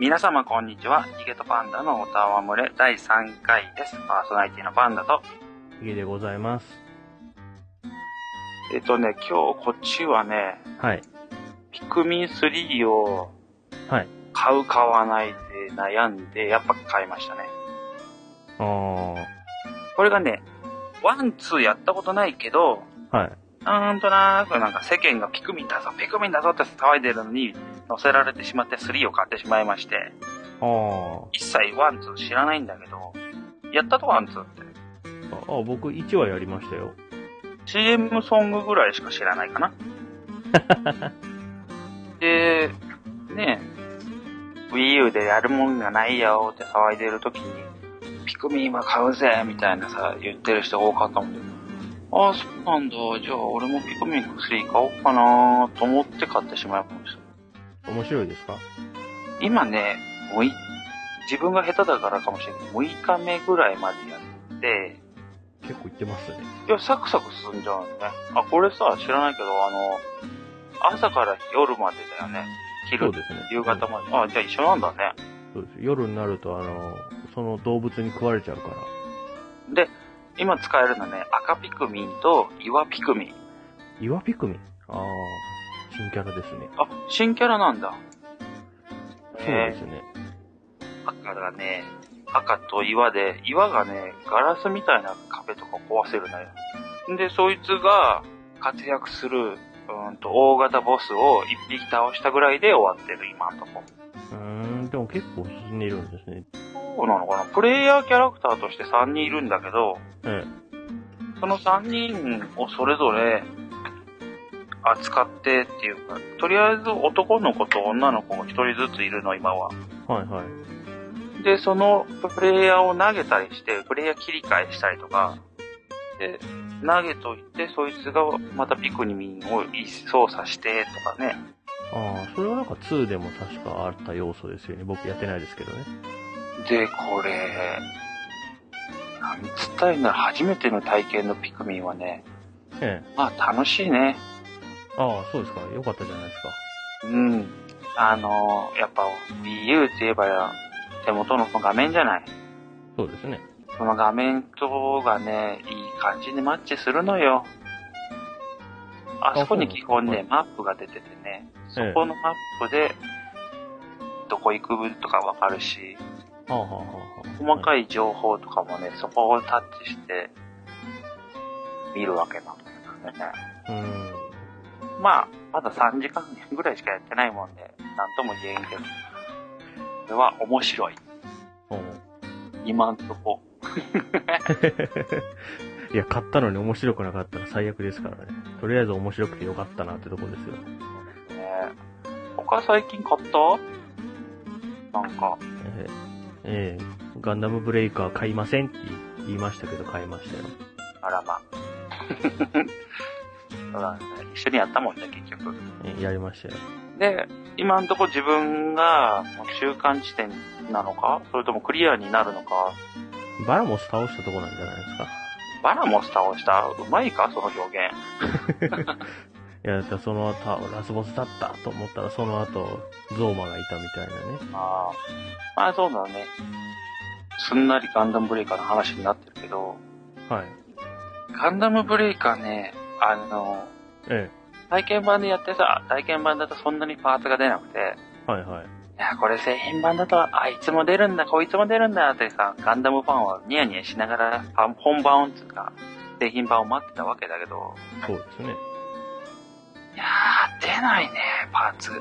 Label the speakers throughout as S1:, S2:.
S1: 皆様こんにちは。ヒゲとパンダのおたわむれ第3回です。パーソナリティのパンダと。
S2: 家でございます。
S1: えっとね、今日こっちはね、
S2: はい。
S1: ピクミン3を
S2: はい。
S1: 買う買わないで悩んで、やっぱ買いましたね。
S2: ああ、は
S1: これがね、ワン、ツーやったことないけど、
S2: い。
S1: なんとなくなんか世間がピクミンだぞ、ピクミンだぞって騒いでるのに乗せられてしまって3を買ってしまいまして、
S2: あー
S1: 一切ワン、ツー知らないんだけど、やったとワン、ツーって。
S2: あ、あ僕1話やりましたよ。
S1: CM ソングぐらいしか知らないかな。で、ねえ、Wii U でやるもんがないよって騒いでる時に、ピクミンは買うぜみたいなさ、言ってる人が多かったもんで、ああ、そうなんだ。じゃあ俺もピクミン3買おうかなと思って買ってしまいました。
S2: 面白いですか
S1: 今ね、もうい、自分が下手だからかもしれないけど、6日目ぐらいまでやって、
S2: 結構いってますね。
S1: いや、サクサク進んじゃうのね。あ、これさ、知らないけど、あの、朝から夜までだよね。
S2: そ
S1: 昼
S2: う、ですね。
S1: 夕方まで。あ、じゃあ一緒なんだね。
S2: そうです。夜になると、あの、その動物に食われちゃうから。
S1: で、今使えるのね、赤ピクミンと岩ピクミン。
S2: 岩ピクミンああ、新キャラですね。
S1: あ、新キャラなんだ。
S2: そうで
S1: え
S2: すね。
S1: ー、赤がね、赤と岩で、岩がね、ガラスみたいな壁とか壊せるのよ。で、そいつが活躍する、うんと、大型ボスを一匹倒したぐらいで終わってる、今んとこ。
S2: うーん、でも結構進んでいるんですね。
S1: そうなのかなプレイヤーキャラクターとして3人いるんだけど、
S2: え
S1: その3人をそれぞれ扱ってっていうか、とりあえず男の子と女の子が1人ずついるの、今は。
S2: え。はいはい。
S1: で、そのプレイヤーを投げたりして、プレイヤー切り替えしたりとか、で、投げといて、そいつがまたピクニミンを操作してとかね。
S2: ああ、それはなんか2でも確かあった要素ですよね。僕やってないですけどね。
S1: で、これ、なんつったらいいんだろう、初めての体験のピクミンはね、
S2: ええ。
S1: まあ楽しいね。
S2: ああ、そうですか。よかったじゃないですか。
S1: うん。あのーやっぱ Wii U って言えば手元の画面じゃない。
S2: そうですね。
S1: その画面とがね、いい感じにマッチするのよ。あそこに基本ね、マップが出ててね、そこのマップで、どこ行くとかわかるし、
S2: はあはあはあはあ。
S1: 細
S2: い。
S1: かい情報とかもね、そこをタッチして、見るわけなんだけどね。
S2: うーん。
S1: まあ、まだ3時間ぐらいしかやってないもんで、なんとも言えんけど、これは面白い。
S2: おう
S1: 今んとこ。
S2: いや、買ったのに面白くなかったら最悪ですからね。とりあえず面白くてよかったなってとこですよ。
S1: ね他最近買ったなんか、
S2: えーえーガンダムブレイカー買いませんって言いましたけど買いましたよ。
S1: あらま。そうだね。一緒にやったもんね、結局。
S2: えーやりましたよ。
S1: で、今んとこ自分が、中間地点なのかそれともクリアになるのか
S2: バラモス倒したとこなんじゃないですか。
S1: バラモス倒したうまいかその表現。
S2: いや、だからその後、ラスボスだったと思ったらその後、ゾーマがいたみたいなね。
S1: ああ。まあそうだね。すんなりガンダムブレイカーの話になってるけど、
S2: はい。
S1: ガンダムブレイカーね、あの、
S2: え
S1: 体験版でやってさ、体験版だとそんなにパーツが出なくて、
S2: えはいはい。
S1: いや、これ製品版だと、あ、いつも出るんだ、こいつも出るんだってさ、ガンダムファンはニヤニヤしながら、あ本番をつうか、製品版を待ってたわけだけど、
S2: そうです ね。
S1: いやー、出ないね、パーツ。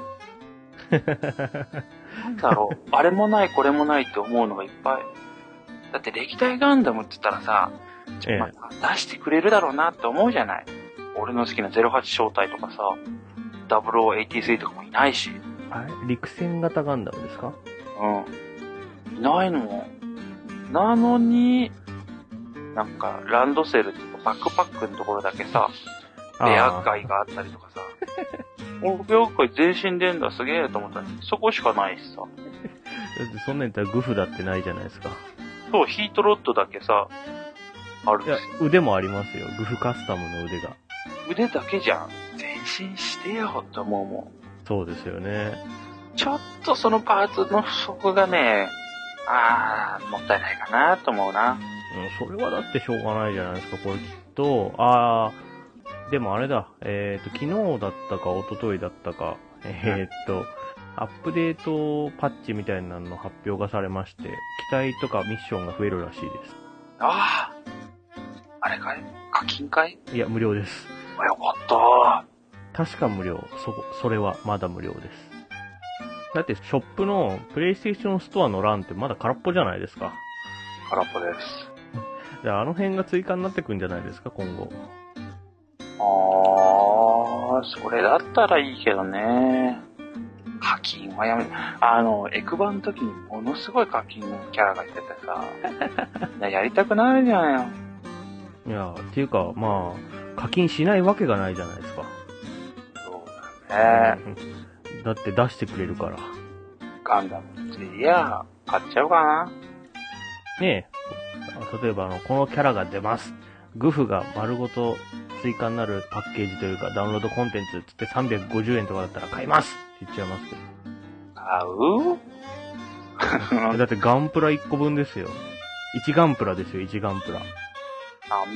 S1: なんだろう、あれもない、これもないって思うのがいっぱい。だって歴代ガンダムって言ったらさ、
S2: ええ
S1: まあ出してくれるだろうなって思うじゃない。俺の好きな08正体とかさ、0083とかもいないし、
S2: あれ陸戦型ガンダムですか
S1: うん。いないの。なのに、なんか、ランドセルってバックパックのところだけさ、レア
S2: か
S1: 界があったりと かさ、俺、レア界全身でんだ、すげえと思ったのにそこしかないしさ。
S2: だってそんなん言ったらグフだってないじゃないですか。
S1: そう、ヒートロッドだけさ、あるん
S2: い
S1: で
S2: や
S1: すよ。、
S2: 腕もありますよ。グフカスタムの腕が。
S1: 腕だけじゃん。全身してよ、と思うも
S2: そうですよね。
S1: ん。ちょっとそのパーツの不足がね、あー、もったいないかなと思うな。
S2: うん、それはだってしょうがないじゃないですか、これきっと。あー、でもあれだ、えっ、と、昨日だったか、一昨日だったか、えっ、と、アップデートパッチみたいなのの発表がされまして、機体とかミッションが増えるらしいで
S1: あー、あれかい課金かい
S2: す。いや、無料です。
S1: あよかった。
S2: 確か無料。そこ、それはまだ無料です。だって、ショップのプレイステーションストアの欄ってまだ空っぽじゃないですか。
S1: 空っぽです。
S2: じゃあ、あの辺が追加になってくんじゃないですか、今後。
S1: あー、それだったらいいけどね。課金はやめ、あの、エクバの時にものすごい課金のキャラがいててさ、いややりたくなるじゃんよ。
S2: いや、っていうか、まあ、課金しないわけがないじゃないですか。
S1: そうだね。
S2: うんだって出してくれるから。
S1: ガンダム3や、買っちゃおうかな。
S2: ねえ、例えばあの、このキャラが出ます。グフが丸ごと追加になるパッケージというか、ダウンロードコンテンツっつって350円とかだったら買いますって言っちゃいますけど。
S1: 買う
S2: だってガンプラ1個分ですよ。1ガンプラですよ、1ガンプラ。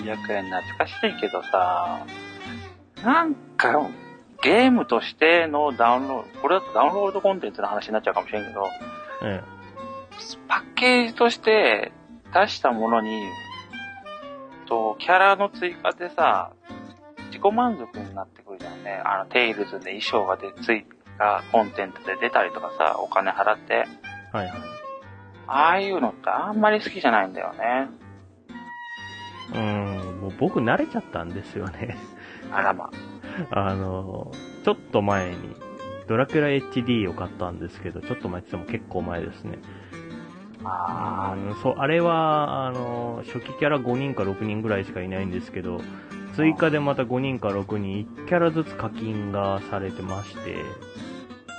S1: 300円懐かしいけどさ、なんか、ゲームとしてのダウンロード、これだとダウンロードコンテンツの話になっちゃうかもしれんけど、
S2: え
S1: パッケージとして出したものに、と、キャラの追加でさ、自己満足になってくるじゃんね。あの、テイルズで衣装がで追加コンテンツで出たりとかさ、お金払って。
S2: え。はいはい。
S1: ああいうのってあんまり好きじゃないんだよね。
S2: うーん、もう僕慣れちゃったんですよね。
S1: あらま。
S2: あの、ちょっと前に、ドラキュラ HD を買ったんですけど、ちょっと前って言っても結構前ですね。
S1: あ
S2: うんそう、あれは、あの、初期キャラ5人か6人ぐらいしかいないんですけど、追加でまた5人か6人、1キャラずつ課金がされてまして、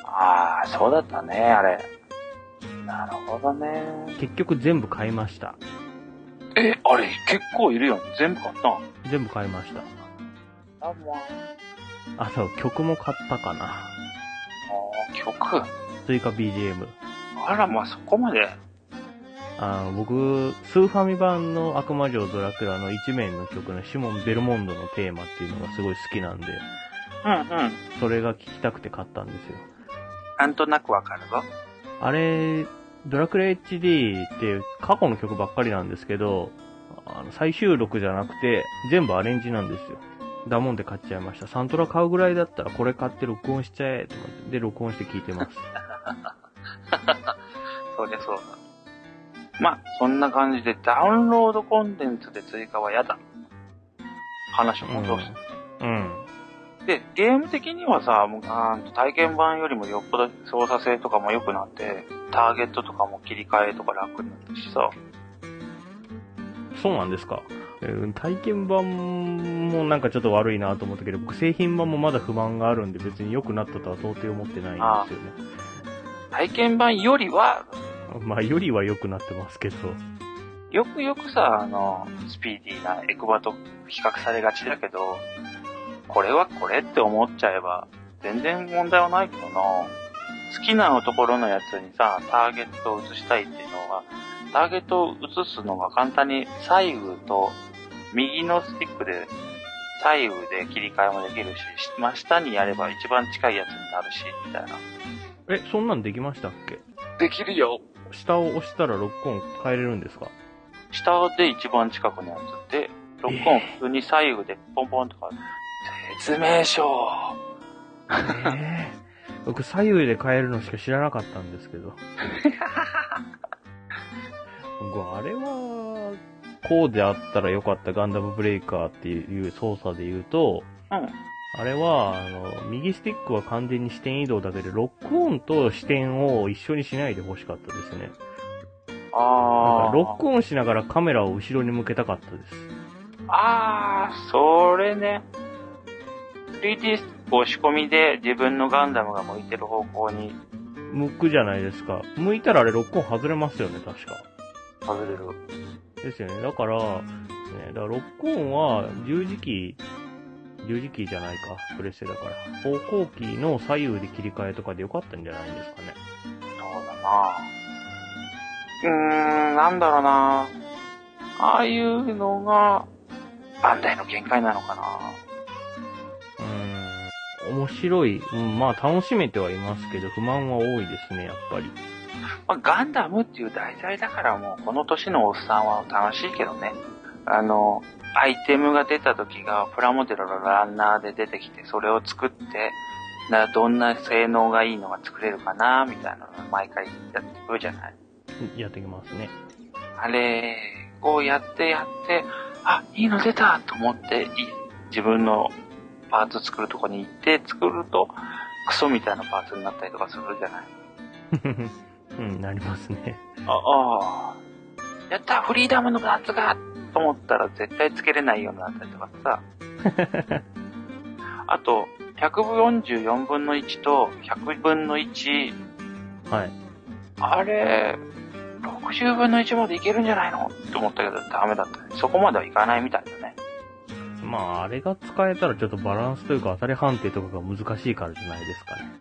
S1: あ、ああ、そうだったね、あれ。なるほどね。
S2: 結局全部買いました。
S1: え、あれ、結構いるよ。全部買ったん
S2: 全部買いました。
S1: あ、もう。
S2: あと、曲も買ったかな。
S1: あー曲。
S2: 追加 BGM。
S1: あらま、そこまで。
S2: あの、僕、スーファミ版の悪魔城ドラクラの一面の曲のシモン・ベルモンドのテーマっていうのがすごい好きなんで、
S1: うんうん。
S2: それが聴きたくて買ったんですよ。
S1: なんとなくわかるぞ。
S2: あれ、ドラクラ HD って過去の曲ばっかりなんですけど、あの、最終録じゃなくて、全部アレンジなんですよ。だもんで買っちゃいました。サントラ買うぐらいだったらこれ買って録音しちゃえと思って、で、録音して聴いてます。
S1: そりゃそうだ。まあ、そんな感じでダウンロードコンテンツで追加は嫌だ。話を戻す。
S2: うん。
S1: で、ゲーム的にはさ、もうあー体験版よりもよっぽど操作性とかも良くなって、ターゲットとかも切り替えとか楽になったしさ。
S2: そうなんですか。えー体験版もなんかちょっと悪いなと思ったけど、僕製品版もまだ不満があるんで別に良くなったとは到底思ってないんですよね。
S1: 体験版よりは、
S2: まあ、よりは良くなってますけど。
S1: よくよくさ、あの、スピーディーなエクバと比較されがちだけど、これはこれって思っちゃえば、全然問題はないけどな。好きなところのやつにさ、ターゲットを移したいっていうのが、ターゲットを移すのが簡単に左右と、右のスティックで、左右で切り替えもできるし、真下にやれば一番近いやつになるし、みたいな。
S2: え、そんなんできましたっけ
S1: できるよ
S2: 下を押したらロックオン変えれるんですか
S1: 下で一番近くのやつで、ロックオン普通に左右でポンポンとか、説明書
S2: ええ僕左右で変えるのしか知らなかったんですけど。僕、あれは、こうであったらよかったガンダムブレイカーっていう操作で言うと、
S1: うん
S2: あれは、あの、右スティックは完全に視点移動だけで、ロックオンと視点を一緒にしないで欲しかったですね。なん
S1: あ
S2: か
S1: ー。
S2: ロックオンしながらカメラを後ろに向けたかったです。
S1: あー、それね。3D スティック押し込みで自分のガンダムが向いてる方向に
S2: 向くじゃないですか。向いたらあれロックオン外れますよね、確か。
S1: 外れる。
S2: ですよね。だから、ね、だからロックオンは十字キー十字キーじゃないか、プレステだから。方向キーの左右で切り替えとかでよかったんじゃないんですかね。
S1: そうだなうーん、なんだろうなああいうのが、バンダイの限界なのかな
S2: うーん、面白い。うん、まあ楽しめてはいますけど、不満は多いですね、やっぱり。
S1: まあ、ガンダムっていう題材だからもう、この年のおっさんは楽しいけどね。あの、アイテムが出た時が、プラモデルのランナーで出てきて、それを作って、などんな性能がいいのが作れるかなみたいなのが毎回やってくるじゃない
S2: やってきますね。
S1: あれをやってやって、あ、いいの出たと思って、い自分のパーツ作るとこに行って作ると、クソみたいなパーツになったりとかするじゃない。
S2: うん、なりますね。
S1: あ、ああ、やったフリーダムのパーツがと思ったら絶対つけれないようになったりとかさ。 あと、144分の1と100分の1、
S2: はい。
S1: あれ、60分の1までいけるんじゃないのって思ったけどダメだったね。そこまではいかないみたいだね。
S2: まあ、あれが使えたらちょっとバランスというか当たり判定とかが難しいからじゃないですかね。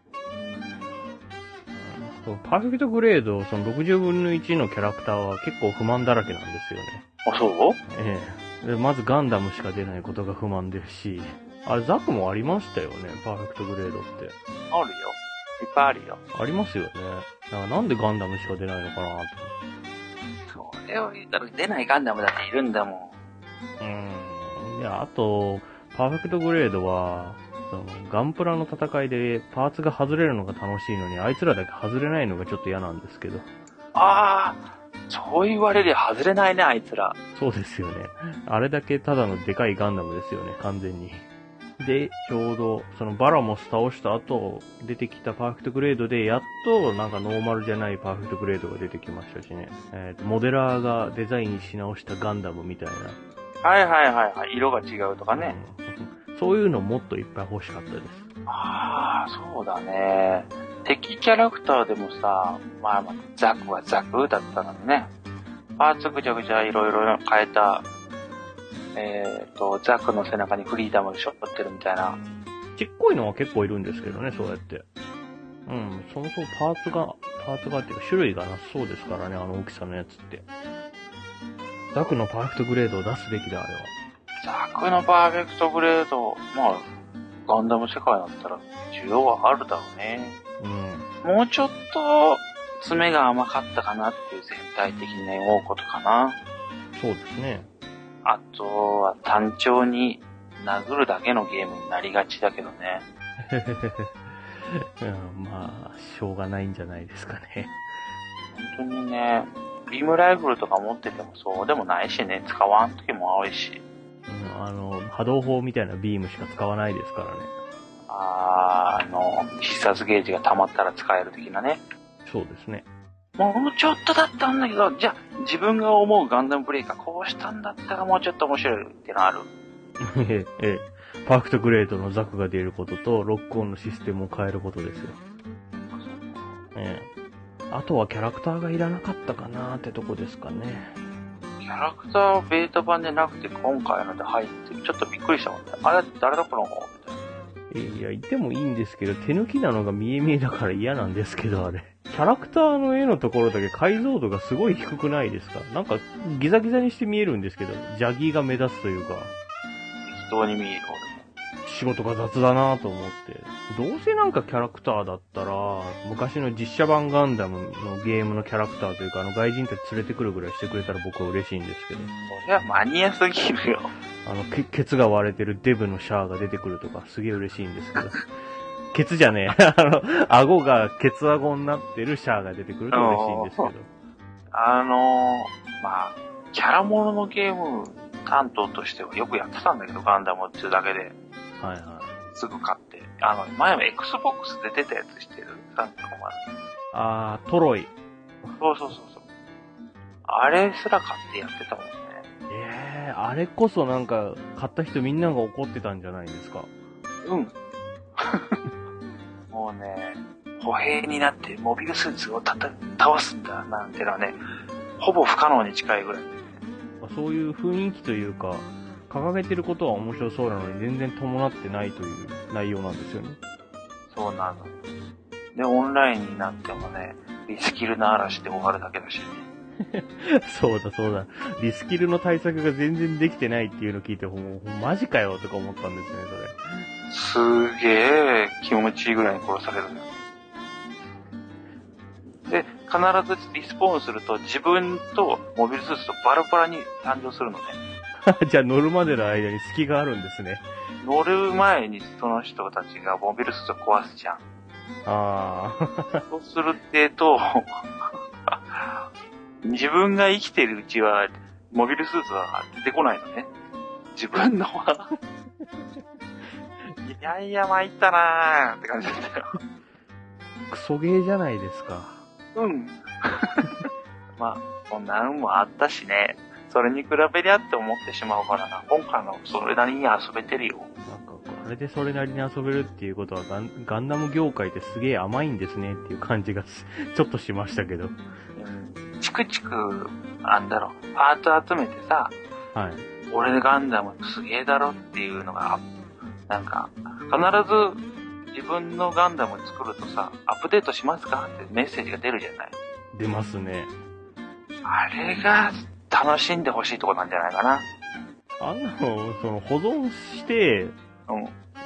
S2: そうパーフェクトグレード、その60分の1のキャラクターは結構不満だらけなんですよね。
S1: あ、そう
S2: ええでまずガンダムしか出ないことが不満ですし、あれザクもありましたよね、パーフェクトグレードって。
S1: あるよ。いっぱいあるよ。
S2: ありますよね。だからなんでガンダムしか出ないのかなと。
S1: それを言ったら出ないガンダムだっているんだも
S2: うん。いや、あと、パーフェクトグレードは、そのガンプラの戦いでパーツが外れるのが楽しいのに、あいつらだけ外れないのがちょっと嫌なんですけど。
S1: ん。ああ、そう言われりゃ外れないね、あいつら。
S2: そうですよね。あれだけただのでかいガンダムですよね、完全に。で、ちょうど、そのバラモス倒した後、出てきたパーフェクトグレードで、やっと、なんかノーマルじゃないパーフェクトグレードが出てきましたしね。えっ、と、モデラーがデザインし直したガンダムみたいな。
S1: はいはいはいはい。色が違うとかね。
S2: うんそういうのもっといっぱい欲しかったです。
S1: ああ、そうだね。敵キャラクターでもさ、まあまあ、ザクはザクだったのにね。パーツぐちゃぐちゃいろいろ変えた、えっ、と、ザクの背中にフリーダムをしょってるみたいな。
S2: ちっこいのは結構いるんですけどね、そうやって。うん、そもそもパーツが、パーツがっていうか種類がなさそうですからね、あの大きさのやつって。ザクのパーフェクトグレードを出すべきだ、あれは。
S1: ザクのパーフェクトグレード、まあ、ガンダム世界だったら需要はあるだろうね。
S2: うん。
S1: もうちょっと、爪が甘かったかなっていう全体的に思うことかな。
S2: そうですね。
S1: あとは単調に殴るだけのゲームになりがちだけどね。
S2: うん、まあ、しょうがないんじゃないですかね。
S1: 本当にね、ビームライフルとか持っててもそうでもないしね、使わん時も多いし。
S2: うん、あの、波動砲みたいなビームしか使わないですからね。
S1: あーあの、必殺ゲージが溜まったら使える的なね。
S2: そうですね。
S1: もうちょっとだったんだけど、じゃあ自分が思うガンダムブレイカーこうしたんだったらもうちょっと面白いってのある。
S2: ええ、ええ。パーフェクトグレードのザクが出ることと、ロックオンのシステムを変えることですよ。ええ。あとはキャラクターがいらなかったかなーってとこですかね。
S1: キャラクターはベータ版でなくて今回ので入ってちょっとびっくりしたもんね。あれ誰だこの子みたいな。
S2: いや、いてもいいんですけど、手抜きなのが見え見えだから嫌なんですけど、あれ。キャラクターの絵のところだけ解像度がすごい低くないですかなんか、ギザギザにして見えるんですけど、ジャギーが目立つというか、
S1: 適当に見える
S2: 仕事が雑だなと思って。どうせなんかキャラクターだったら、昔の実写版ガンダムのゲームのキャラクターというか、あの外人たち連れてくるぐらいしてくれたら僕は嬉しいんですけど。
S1: 俺も。そりゃマニアすぎるよ。
S2: あの、ケケツが割れてるデブのシャアが出てくるとか、すげえ嬉しいんですけど。ケツじゃねえ。 あの、顎がケツ顎になってるシャアが出てくると嬉しいんですけど。
S1: あのー、まあ、キャラもののゲーム担当としてはよくやってたんだけど、ガンダムっていうだけで
S2: はいはい。
S1: すぐ買って。あの、前も Xbox で出たやつしてる。なんかまあ
S2: あー、トロイ。
S1: そうそうそうそう。あれすら買ってやってたもんね。
S2: えー、あれこそなんか、買った人みんなが怒ってたんじゃないですか。
S1: うん。 もうね、歩兵になってモビルスーツをたた倒すんだなんてのはね、ほぼ不可能に近いぐらい。
S2: まあそういう雰囲気というか、掲げてることは面白そうなのに全然伴ってないという内容なんですよね。
S1: そうなの。で、オンラインになってもね、リスキルの嵐で終わるだけだしね。
S2: そうだそうだ。リスキルの対策が全然できてないっていうのを聞いて、もうマジかよとか思ったんですよね、
S1: すげえ気持ちいいぐらいに殺されるのよ。で、必ずリスポーンすると自分とモビルスーツとバラバラに誕生するのね。
S2: そ れ。じゃあ乗るまでの間に隙があるんですね。
S1: 乗る前にその人たちがモビルスーツを壊すじゃん。
S2: あ
S1: そうするってえと、 自分が生きてるうちは、モビルスーツは出てこないのね。自分の は。いやいや、参ったなーって感じだったよ。
S2: あ、 クソゲーじゃないですか。
S1: うん。 まあ、こんな運もあったしね。それに比べりゃって思ってしまうからな。今回のそれなりに遊べてるよ。
S2: なんか、これでそれなりに遊べるっていうことはガン、ガンダム業界ってすげえ甘いんですねっていう感じがす ちょっとしましたけど。
S1: うん。チクチク、あんだろ、パート集めてさ、
S2: はい。
S1: 俺ガンダムすげえだろっていうのが、なんか、必ず自分のガンダム作るとさ、アップデートしますかってメッセージが出るじゃない。
S2: 出ますね。
S1: あれが楽しんでほしいとこなんじゃないかな。
S2: あんなの、その、保存して、
S1: うん。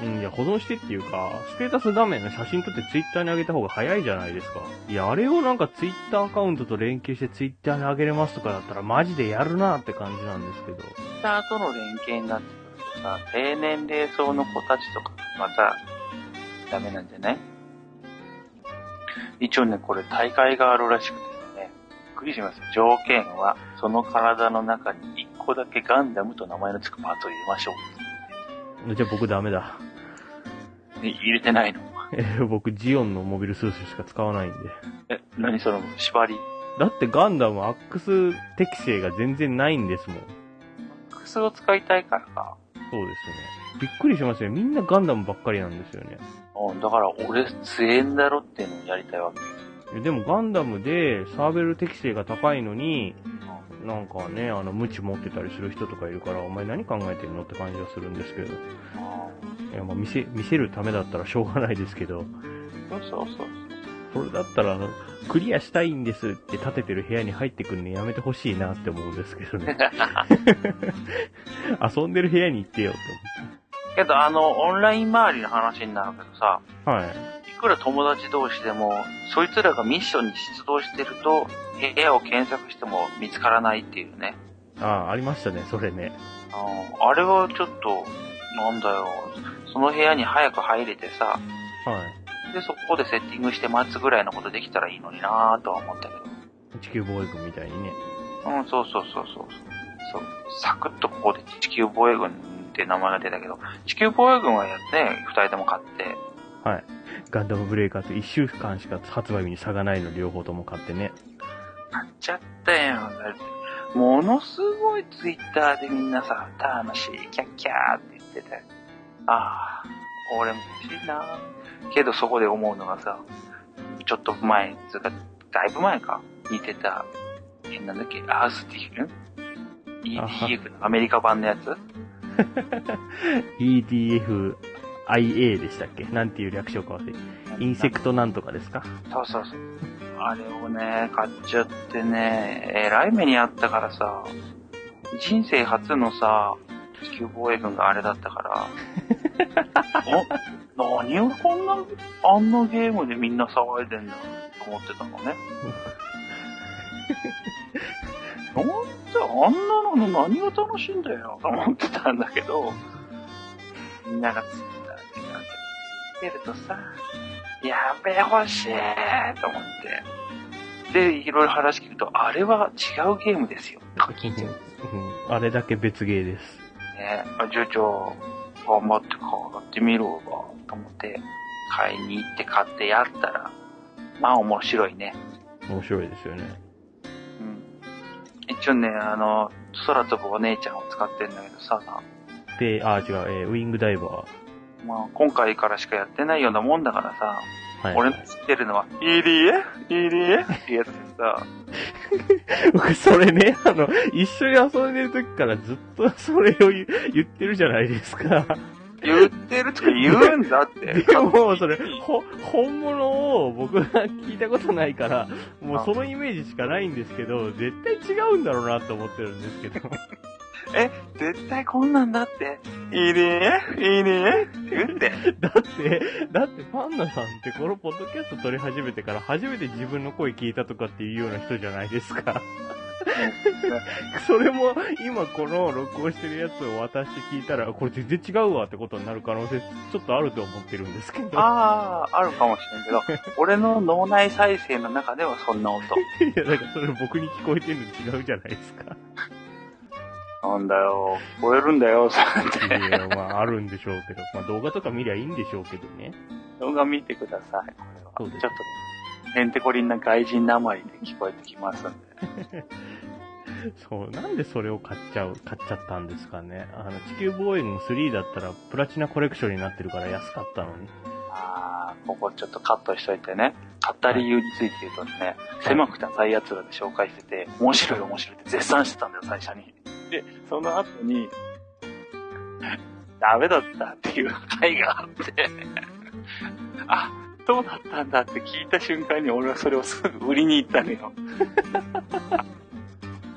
S2: うん、いや、保存してっていうか、ステータス画面の写真撮ってツイッターに上げた方が早いじゃないですか。いや、あれをなんかツイッターアカウントと連携してツイッターに上げれますとかだったらマジでやるなって感じなんですけど。
S1: ツイッターとの連携になってくるとさ、低年齢層の子たちとかがさ、ダメなんじゃない一応ね、これ大会があるらしくてね、びっくりしますよ。条件は、その体の中に1個だけガンダムと名前の付くパーツを入れましょ
S2: じゃあ僕ダメだ。
S1: う。で入れてないの。
S2: えー 僕ジオンのモビルスーツしか使わないんで。
S1: え、何その縛り。
S2: だってガンダムアックス適性が全然ないんですもん。
S1: クスを使いたいからか。
S2: そうですね。びっくりしますよ。みんなガンダムばっかりなんですよね。
S1: うん、だから俺強えんだろっていうのをやりたいわけ。
S2: いやでもガンダムでサーベル適性が高いのに、なんかね、あの、無知持ってたりする人とかいるから、お前何考えてんのって感じがするんですけど。いや、まあ、見せ、見せるためだったらしょうがないですけど、
S1: そうそうそう。
S2: それだったら、あの、クリアしたいんですって立ててる部屋に入ってくるのやめてほしいなって思うんですけ どね。遊んでる部屋に行ってよって
S1: けどあの、オンライン周りの話になるけどさ、
S2: 思って。はい。
S1: いくら友達同士でも、そいつらがミッションに出動してると、部屋を検索しても見つからないっていうね。
S2: ああ、ありましたね、それね。
S1: あのあれはちょっと、なんだよ。その部屋に早く入れてさ、
S2: は
S1: で、そこでセッティングして待つぐらいのことできたらいいのになぁとは思ったけど。
S2: い。地球防衛軍みたいにね。
S1: うん、そうそうそうそう。そう。サクッとここで地球防衛軍って名前が出たけど、地球防衛軍はやって、二人とも買って、
S2: ガンダムブレイカーと1週間しか発売日に差がないの両方とも買ってね。
S1: 買っちゃったよ。だってものすごいツイッターでみんなさ、楽しい、キャッキャーって言ってて。ああ、俺も欲しいな。けどそこで思うのがさ、ちょっと前、つうか、だいぶ前か、似てた、えなんだっけ、アースティール
S2: あ
S1: ?EDF のアメリカ版のやつ
S2: EDFIA でしたっけなんていう略称か忘れてインセクトなんとかですか
S1: そうそうそう。あれをね、買っちゃってね、えらい目にあったからさ、人生初のさ、地球防衛軍があれだったから、お何をこんな、あんなゲームでみんな騒いでんだと思ってたのね。なんであんなの何が楽しいんだよと思ってたんだけど、みんながツイッターで見てるとさ、やべえ、欲しいと思って。で、いろいろ話聞くと、あれは違うゲームですよ。とか聞いてるね
S2: うんあれだけ別ゲーです。
S1: あ住長、頑張って買ってみろば、と思って、買いに行って買ってやったら、まあ面白いね。
S2: 面白いですよね。
S1: うん。一応ね、あの、空飛ぶお姉ちゃんを使ってんだけどさ、
S2: で、あ、違う、えーウィングダイバー。
S1: まあ今回からしかやってないようなもんだからさ、
S2: はい。
S1: 俺の知ってるのは、EDF? EDF? ってやつでさ、
S2: 僕、それね、あの、一緒に遊んでる時からずっとそれを言う言ってるじゃないですか。
S1: 言ってるとか言うんだって。
S2: でも、それ、ほ、本物を僕が聞いたことないから、もうそのイメージしかないんですけど、絶対違うんだろうなと思ってるんですけ ど。
S1: 絶対こんなんだって。EDF? EDF? って言って。
S2: だって、だってパンナさんってこのポッドキャスト撮り始めてから初めて自分の声聞いたとかっていうような人じゃないで すか。それも今この録音してるやつを渡して聞いたら、これ全然違うわってことになる可能性ちょっとあると思ってるんですけど。
S1: ああ、あるかもしれんけど、 俺の脳内再生の中ではそんな音。
S2: いや、だからそれ僕に聞こえてるの違うじゃないですか。
S1: なんだよ、超えるんだよ、そうやって。
S2: いや、まああるんでしょうけど、まあ動画とか見りゃいいんでしょうけどね。
S1: 動画見てください、これは。
S2: そうです
S1: ちょっと、へんてこりんな外人なまりで聞こえてきますんで。
S2: そう、なんでそれを買っちゃう、買っちゃったんですかね。あの、地球防衛軍3だったらプラチナコレクションになってるから安かったのに。
S1: あーここちょっとカットしといてね。買った理由について言うとね、狭くて浅いやつらで紹介してて、面白い面白いって絶賛してたんだよ、最初に。で、その後に、ダメだったっていう回があって、あ、どうだったんだって聞いた瞬間に俺はそれをすぐ売りに行ったの よ。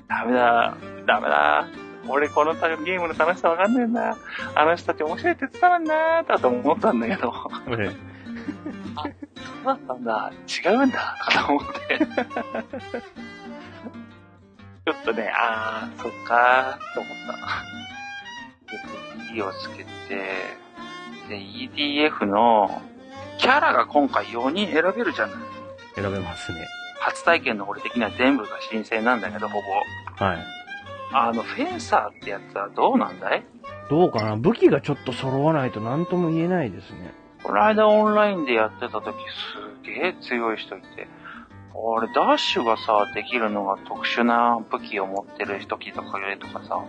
S1: ダメだ、ダメだ。俺このゲームの楽しさわかんねえんだ。あの人たち面白いって言ってたのになーだと思ったんだけど。
S2: え
S1: そうだったんだ、違うんだ、と思って。ちょっとね、あー、そっかー、と思った。ED をつけて、で、EDF の、キャラが今回4人選べるじゃない。
S2: え選べますね。
S1: 初体験の俺的には全部が新鮮なんだけど、ほぼ。
S2: はい。
S1: あの、フェンサーってやつはどうなんだい
S2: どうかな武器がちょっと揃わないと何とも言えないですね。
S1: この間オンラインでやってた時すげえ強い人いて、俺ダッシュがさ、できるのが特殊な武器を持ってる人聞いた限りとかさ、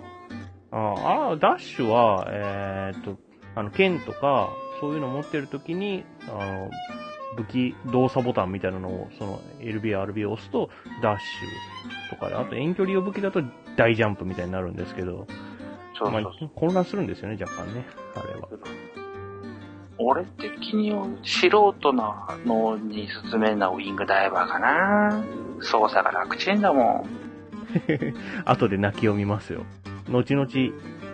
S2: あああ、ダッシュは、えーっと、あの、剣とか、そういうの持ってる時に、あの、武器動作ボタンみたいなのを、その、LB、RB を押すと、ダッシュとかで、あと遠距離用武器だと大ジャンプみたいになるんですけど、
S1: そうそう
S2: まあ、混乱するんですよね、若干ね。あれは。
S1: 俺的には素人なのに進めるのはウィングダイバーかな操作が楽ちんだもん。
S2: 後で泣きを見ますよ。後々、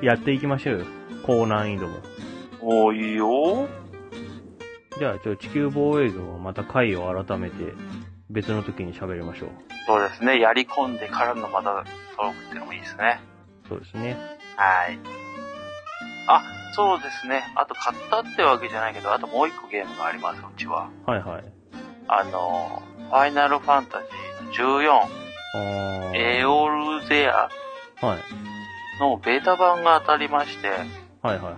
S2: やっていきましょうよ。高難易度も。
S1: おーいいよ。
S2: じゃあ、ちょ、地球防衛軍はまた回を改めて、別の時に喋りましょう。
S1: そうですね、やり込んでからのまたトークっていうのもいいですね。
S2: そうですね。
S1: はい。あ、そうですね。あと買ったってわけじゃないけど、あともう一個ゲームがあります、うちは。
S2: はいはい。
S1: あの、ファイナルファンタジーの
S2: あ
S1: 14、
S2: ー。
S1: エオルゼア
S2: はい。
S1: のベータ版が当たりまして、
S2: はいはいはい。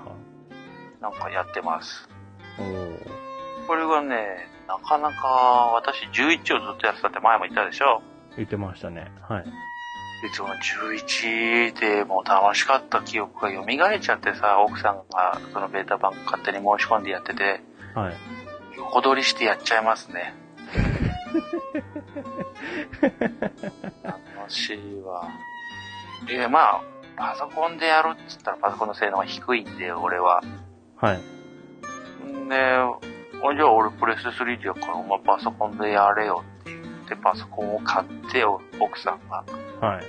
S1: なんかやってます。
S2: おー
S1: これがね、なかなか私11をずっとやってたって前も言ったでしょ
S2: 言ってましたね。はい。
S1: で、その11でもう楽しかった記憶が蘇っちゃってさ、奥さんがそのベータ版勝手に申し込んでやってて、
S2: はい。
S1: 横取りしてやっちゃいますね。楽しいわ。えー、まあ、パソコンでやるっつったらパソコンの性能が低いんで、俺は。
S2: はい。
S1: んで、あじゃあ俺プレステ3でやるから、お前パソコンでやれよって言って、パソコンを買ってよ、奥さんが。
S2: はい。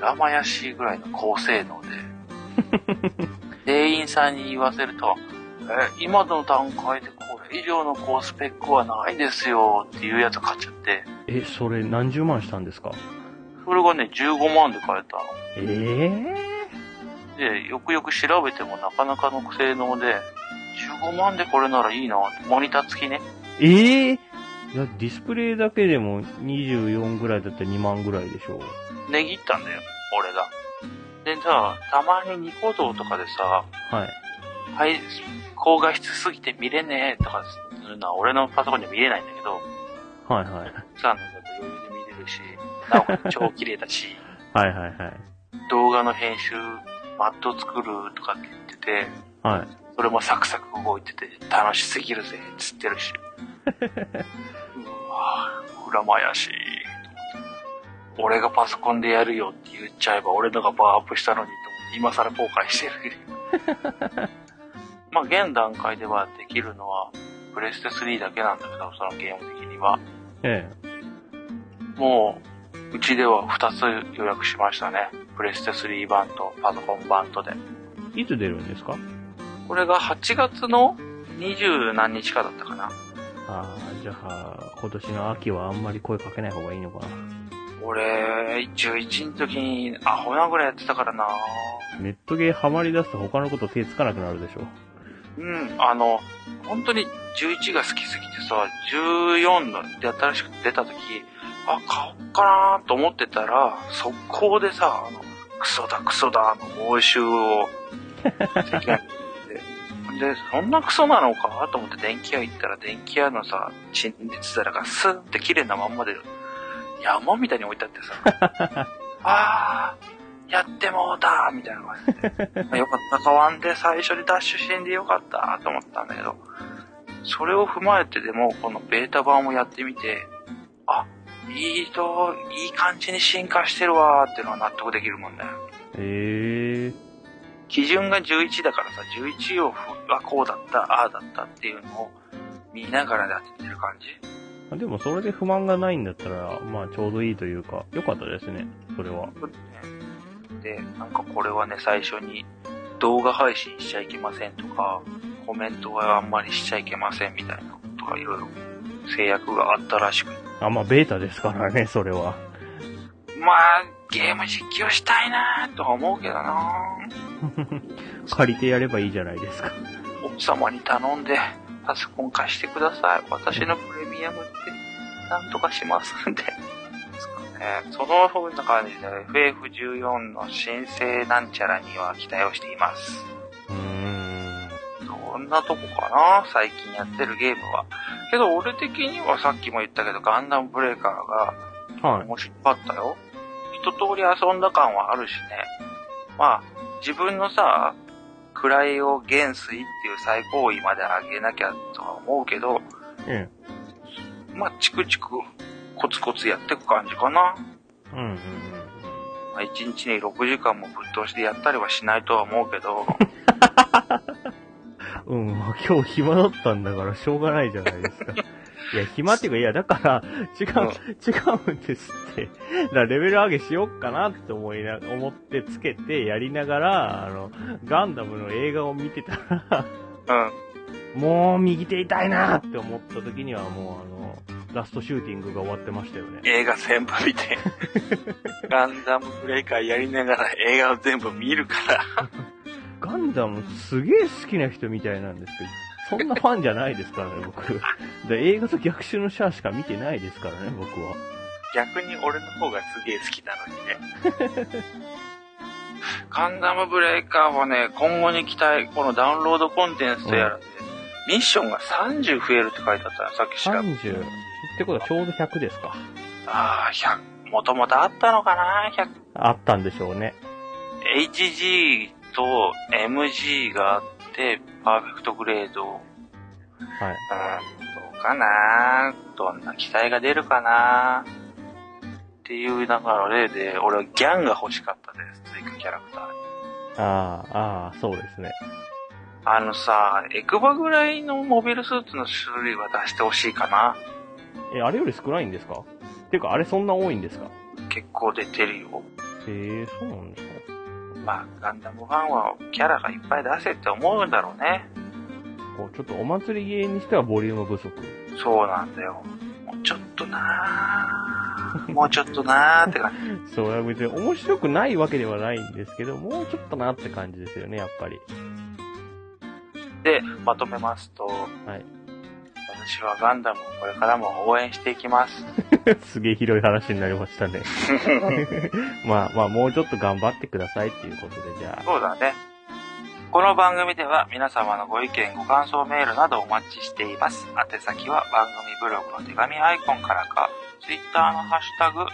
S1: 生やしいぐらいの高性能で。店員さんに言わせると、え、今の段階でこれ以上の高スペックはないですよっていうやつを買っちゃって、
S2: え、それ何十万したんですか
S1: それがね、15万で買えた
S2: え
S1: の。
S2: え
S1: で、よくよく調べてもなかなかの性能で、15万でこれならいいなって、モニター付きね。
S2: ー、ええいや、ディスプレイだけでも24ぐらいだったら2万ぐらいでしょう。
S1: 値切ったんだよ、俺が。でさ、たまにニコ動とかでさ、
S2: はい。
S1: はい、高画質すぎて見れねえとかするのは俺のパソコンでは見れないんだけど、
S2: はいはい。
S1: さんだと余裕で見れるし、なおかつ超綺麗だし、
S2: はいはいはい。
S1: 動画の編集、マット作るとかって言ってて、
S2: はい。
S1: それもサクサク動いてて、楽しすぎるぜ、つってるし。うわぁ、恨まやしい。俺がパソコンでやるよって言っちゃえば、俺のがパワーアップしたのにと思って、今更後悔してる。まあ、現段階ではできるのは、プレステ3だけなんだけど、そのゲーム的には。
S2: え
S1: もう、うちでは2つ予約しましたね。プレステ3版とパソコン版とで。
S2: え。いつ出るんですか
S1: これが8月の20何日かだったかな。
S2: ああ、じゃあ、今年の秋はあんまり声かけない方がいいのかな。
S1: 俺、11の時にアホなぐらいやってたからな
S2: ネットゲーハマり出すと他のこと手つかなくなるでしょ。
S1: うん、あの、本当に11が好きすぎてさ、14ので新しく出た時、あ、買おっかなと思ってたら、速攻でさ、あの、クソだクソだの応酬を、 世間にで、で、そんなクソなのかと思って電気屋行ったら電気屋のさ、陳列皿がスンって綺麗なまんまで、山みたいに置いてあってさ、 あー、やってもうたみたいな感じでまあよかった、買わんで最初にダッシュしてんでよかったと思ったんだけど、それを踏まえてでも、このベータ版をやってみて、あ、いいと、いい感じに進化してるわーっていうのは納得できるもんね。
S2: ええ
S1: 基準が11だからさ、11をふはこうだった、ああだったっていうのを見ながらやってる感じ。
S2: でもそれで不満がないんだったら、まあちょうどいいというか、良かったですね、それは。
S1: で、なんかこれはね、最初に動画配信しちゃいけませんとか、コメントはあんまりしちゃいけませんみたいなことがいろいろ制約があったらしく。
S2: あ、まあベータですからね、 それは。
S1: まあ、ゲーム実況したいなとは思うけどな
S2: 借りてやればいいじゃないですか。
S1: 奥様に頼んで、パソコン貸してください。私のプレミアムって、なんとかしますんで。ですかね。そのふうな感じで FF14 の申請なんちゃらには期待をしています。
S2: うーん。
S1: そんなとこかな最近やってるゲームは。けど俺的にはさっきも言ったけどガンダムブレーカーが
S2: はい。
S1: 面白かったよ。一通り遊んだ感はあるしね。まあ、自分のさ、位を元帥っていう最高位まで上げなきゃとは思うけど、
S2: え
S1: まあ、チクチクコツコツやってく感じかな。
S2: え。うんうんうん。
S1: まあ、一日に6時間もぶっ通しでやったりはしないとは思うけど、
S2: うん、まあ今日暇だったんだからしょうがないじゃない ですか。いや、暇っていうか、いや、だから、違う、違うんですって。だからレベル上げしよっかなって思いな、思ってつけてやりながら、あの、ガンダムの映画を見てたら、
S1: うん。
S2: もう右手痛いなって思った時にはもうあの、ラストシューティングが終わってましたよね。
S1: 映画全部見 て、ガンダムブレイカーやりながら映画を全部見るから。
S2: ガンダムすげえ好きな人みたいなんですけど、そんなファンじゃないですからね、僕。 で映画と逆襲のシャアしか見てないですからね、僕は。
S1: 逆に俺の方がすげえ好きなのにね。 ガンダムブレイカーはね、今後に期待、このダウンロードコンテンツとやらで、ミッションが30増えるって書いてあったらさっき調べ
S2: 30。ってことはちょうど100ですか。
S1: ああ、100、もともとあったのかな ?100、
S2: あったんでしょうね。
S1: HG と MG があって、パーフェクトグレード
S2: はい。
S1: うんどうかなどんな期待が出るかなっていう流れで、俺はギャンが欲しかったです、追加キャラクターに。
S2: ああ、ああ、そうですね。
S1: あのさ、エクバぐらいのモビルスーツの種類は出してほしいかな
S2: え、あれより少ないんですかてか、あれそんな多いんですか
S1: 結構出てるよ。
S2: ええそうなんですか
S1: まあ、ガンダムファンはキャラがいっぱい出せって思うんだろうね。
S2: こう、ちょっとお祭り芸にしてはボリューム不足。
S1: そうなんだよ。もうちょっとなぁ。もうちょっとなぁって感じ。
S2: そう、いや別に面白くないわけではないんですけど、もうちょっとなって感じですよね、やっぱり。
S1: で、まとめますと、
S2: はい。
S1: 私はガンダムをこれからも応援していきます。
S2: すげえ広い話になりましたね。 まあまあ、もうちょっと頑張ってくださいっていうことで、じゃあ。
S1: そうだね。この番組では皆様のご意見、ご感想メールなどお待ちしています。宛先は番組ブログの手紙アイコンからか、ツイッターのハッシュタグ、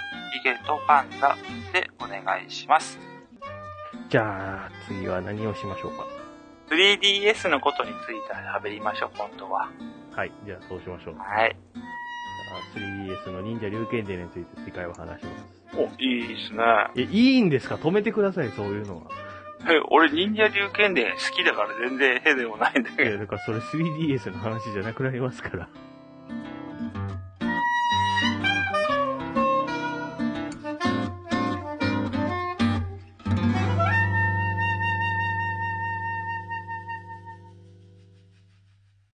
S1: ヒゲとパンダでお願いします。
S2: じゃあ、次は何をしましょうか。
S1: 3DS のことについて喋りましょう、今度は。
S2: はい。じゃあ、そうしましょう。
S1: はい。
S2: あ 3DS の忍者龍剣伝について次回は話します。
S1: お、いいですね。
S2: え、いいんですか止めてください、そういうのは。
S1: え、俺忍者流剣伝好きだから全然へでもないんだ
S2: い
S1: けど。
S2: や、だからそれ 3DS の話じゃなくなりますから。
S3: 「